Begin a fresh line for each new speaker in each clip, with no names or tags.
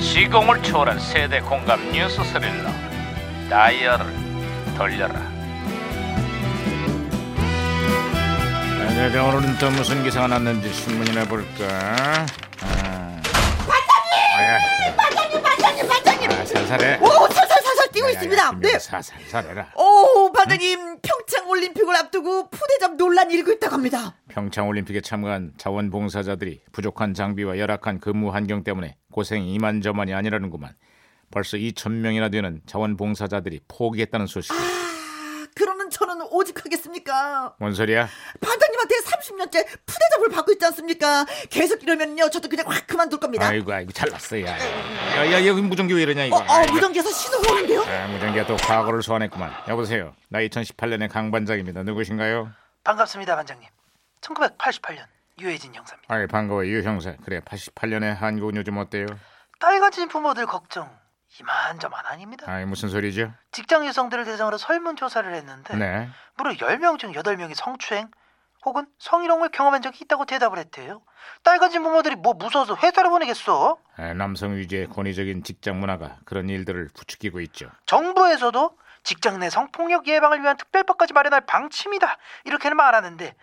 시공을 초월한 세대 공감 뉴스 스릴러 다이얼을 돌려라 자, 네, 오늘은 또 무슨 기사가 났는지 신문이나 볼까 아, 아야,
반장님, 반장님, 반장님.
아, 살살해
오, 살살살살 뛰고
아야,
있습니다.
김여사,
네.
살살해라
오, 반장님, 평창 올림픽을 앞두고 푸대접 논란 일고 있다고 합니다.
평창올림픽에 참가한 자원봉사자들이 부족한 장비와 열악한 근무 환경 때문에 고생이 이만저만이 아니라는구만 벌써 2천 명이나 되는 자원봉사자들이 포기했다는 소식
아, 그러는 저는 오직하겠습니까?
뭔 소리야?
반장님한테 30년째 푸대접을 받고 있지 않습니까? 계속 이러면요, 저도 그냥 확 그만둘 겁니다.
아이고 아이고 잘났어 야. 야, 야 여기 무전기 왜 이러냐
어,
이거.
어, 무전기에서 신호가 오는데요?
아, 무전기가 또 과거를 소환했구만. 여보세요. 나 2018년의 강반장입니다. 누구신가요?
반갑습니다, 반장님. 1988년 유해진 형사입니다.
아이 반가워 유 형사. 그래 88년의 한국은 요즘 어때요?
딸같은 부모들 걱정 이만저만 아닙니다.
아이 무슨 소리죠?
직장 여성들을 대상으로 설문조사를 했는데
네.
무려 10명 중 8명이 성추행 혹은 성희롱을 경험한 적이 있다고 대답을 했대요. 딸같은 부모들이 뭐 무서워서 회사를 보내겠어?
아, 남성 위주의 권위적인 직장 문화가 그런 일들을 부추기고 있죠.
정부에서도 직장 내 성폭력 예방을 위한 특별법까지 마련할 방침이다. 이렇게는 말하는데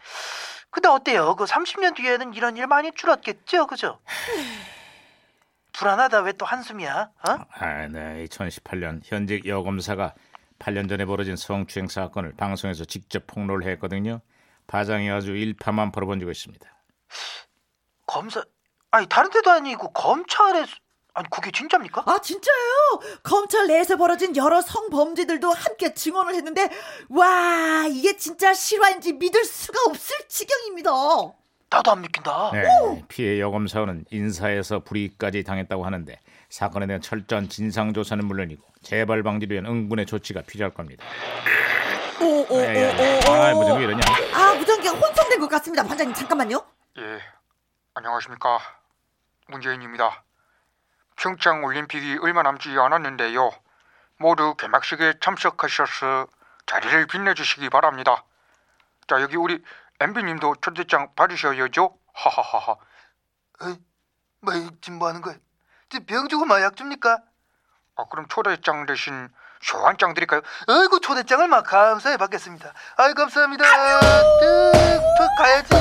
근데 어때요? 그 30년 뒤에는 이런 일 많이 줄었겠죠, 그죠? 불안하다 왜 또 한숨이야? 어?
아, 네. 2018년 현직 여검사가 8년 전에 벌어진 성추행 사건을 방송에서 직접 폭로를 했거든요. 파장이 아주 일파만파로 번지고 있습니다.
검사 아니 다른 데도 아니고 검찰에 아니 그게 진짜입니까?
아, 진짜예요? 검찰 내에서 벌어진 여러 성범죄들도 함께 증언을 했는데, 와, 이게 진짜 실화인지 믿을 수가 없을 지경입니다.
나도 안 믿긴다.
네, 피해 여검 사원은 인사에서 불이익까지 당했다고 하는데 사건에 대한 철저한 진상 조사는 물론이고 재발 방지를 위한 응분의 조치가 필요할 겁니다.
오, 오, 오, 오,
야, 야, 야. 아, 무슨 왜
오.
이러냐?
아, 무전기가 혼선된 것 같습니다. 반장님, 잠깐만요.
예, 안녕하십니까. 문재인입니다. 평창 올림픽이 얼마 남지 않았는데요. 모두 개막식에 참석하셔서 자리를 빛내주시기 바랍니다. 자, 여기 우리 MB님도 초대장 받으셔야죠. 하하하하.
뭐 지금 뭐 하는 거야? 지금 병 주고 마약 줍니까?
아, 그럼 초대장 대신 소환장 드릴까요?
아이고 초대장을 막 감사히 받겠습니다. 아이 감사합니다. 툭툭 가야지.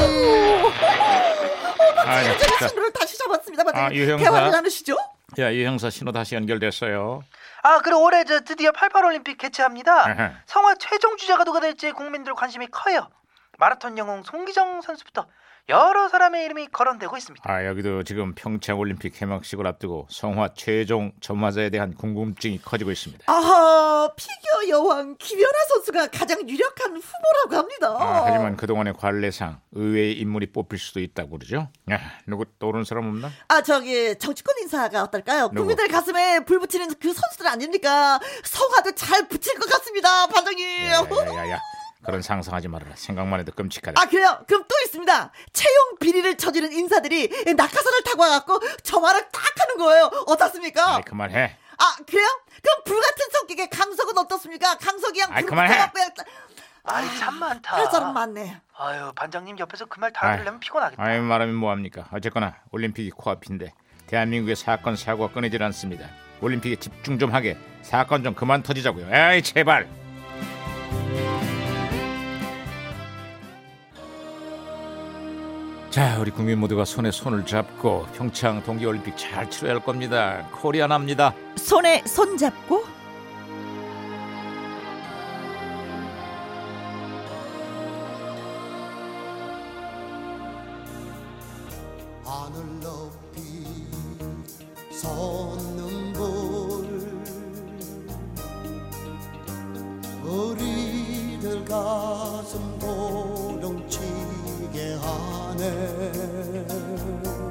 아, 야,
제가
진짜.
신호를 다시 잡았습니다.
아, 유
반장님,
형사.
대화를 나누시죠?
야, 이 형사 신호 다시 연결됐어요.
아 그리고 올해 저 드디어 88 올림픽
에헤.
개최합니다. 성화 최종 주자가 누가 될지 국민들 관심이 커요. 마라톤 영웅 송기정 선수부터 여러 사람의 이름이 거론되고 있습니다.
아, 여기도 지금 평창 올림픽 개막식을 앞두고 성화 최종 점화자에 대한 궁금증이 커지고 있습니다.
아하, 피겨 여왕 김연아 선수가 가장 유력한 후보라고 합니다.
아, 하지만 그동안의 관례상 의외의 인물이 뽑힐 수도 있다고 그러죠. 야, 누구 떠오르는 사람 없나?
아, 저기 정치권 인사가 어떨까요?
누구?
국민들 가슴에 불 붙이는 그 선수들 아닙니까? 성화도 잘 붙일 것 같습니다,
예,
반장님.
야야야야 그런 상상하지 말아라 생각만 해도 끔찍하다
아 그래요? 그럼 또 있습니다. 채용 비리를 저지른 인사들이 낙하산을 타고 와갖고 저말을 딱 하는 거예요. 어떻습니까?
아이 그만해
아 그래요? 그럼 불같은 성격의 강석은 어떻습니까? 강석이 양
아이,
불
그만해.
붙여갖고 그냥
아이 참 많다.
할 사람 많네.
아유 반장님 옆에서 그 말 다
아이,
들으려면 피곤하겠다.
아이 말하면 뭐합니까 어쨌거나 올림픽이 코앞인데 대한민국의 사건 사고가 끊이질 않습니다 올림픽에 집중 좀 하게 사건 좀 그만 터지자고요 에이 제발 자 우리 국민 모두가 손에 손을 잡고 평창 동계올림픽 잘 치러야 할 겁니다 코리아나입니다
손에 손 잡고
하늘 높이 솟는 불 우리들 가슴 도렁치게 하네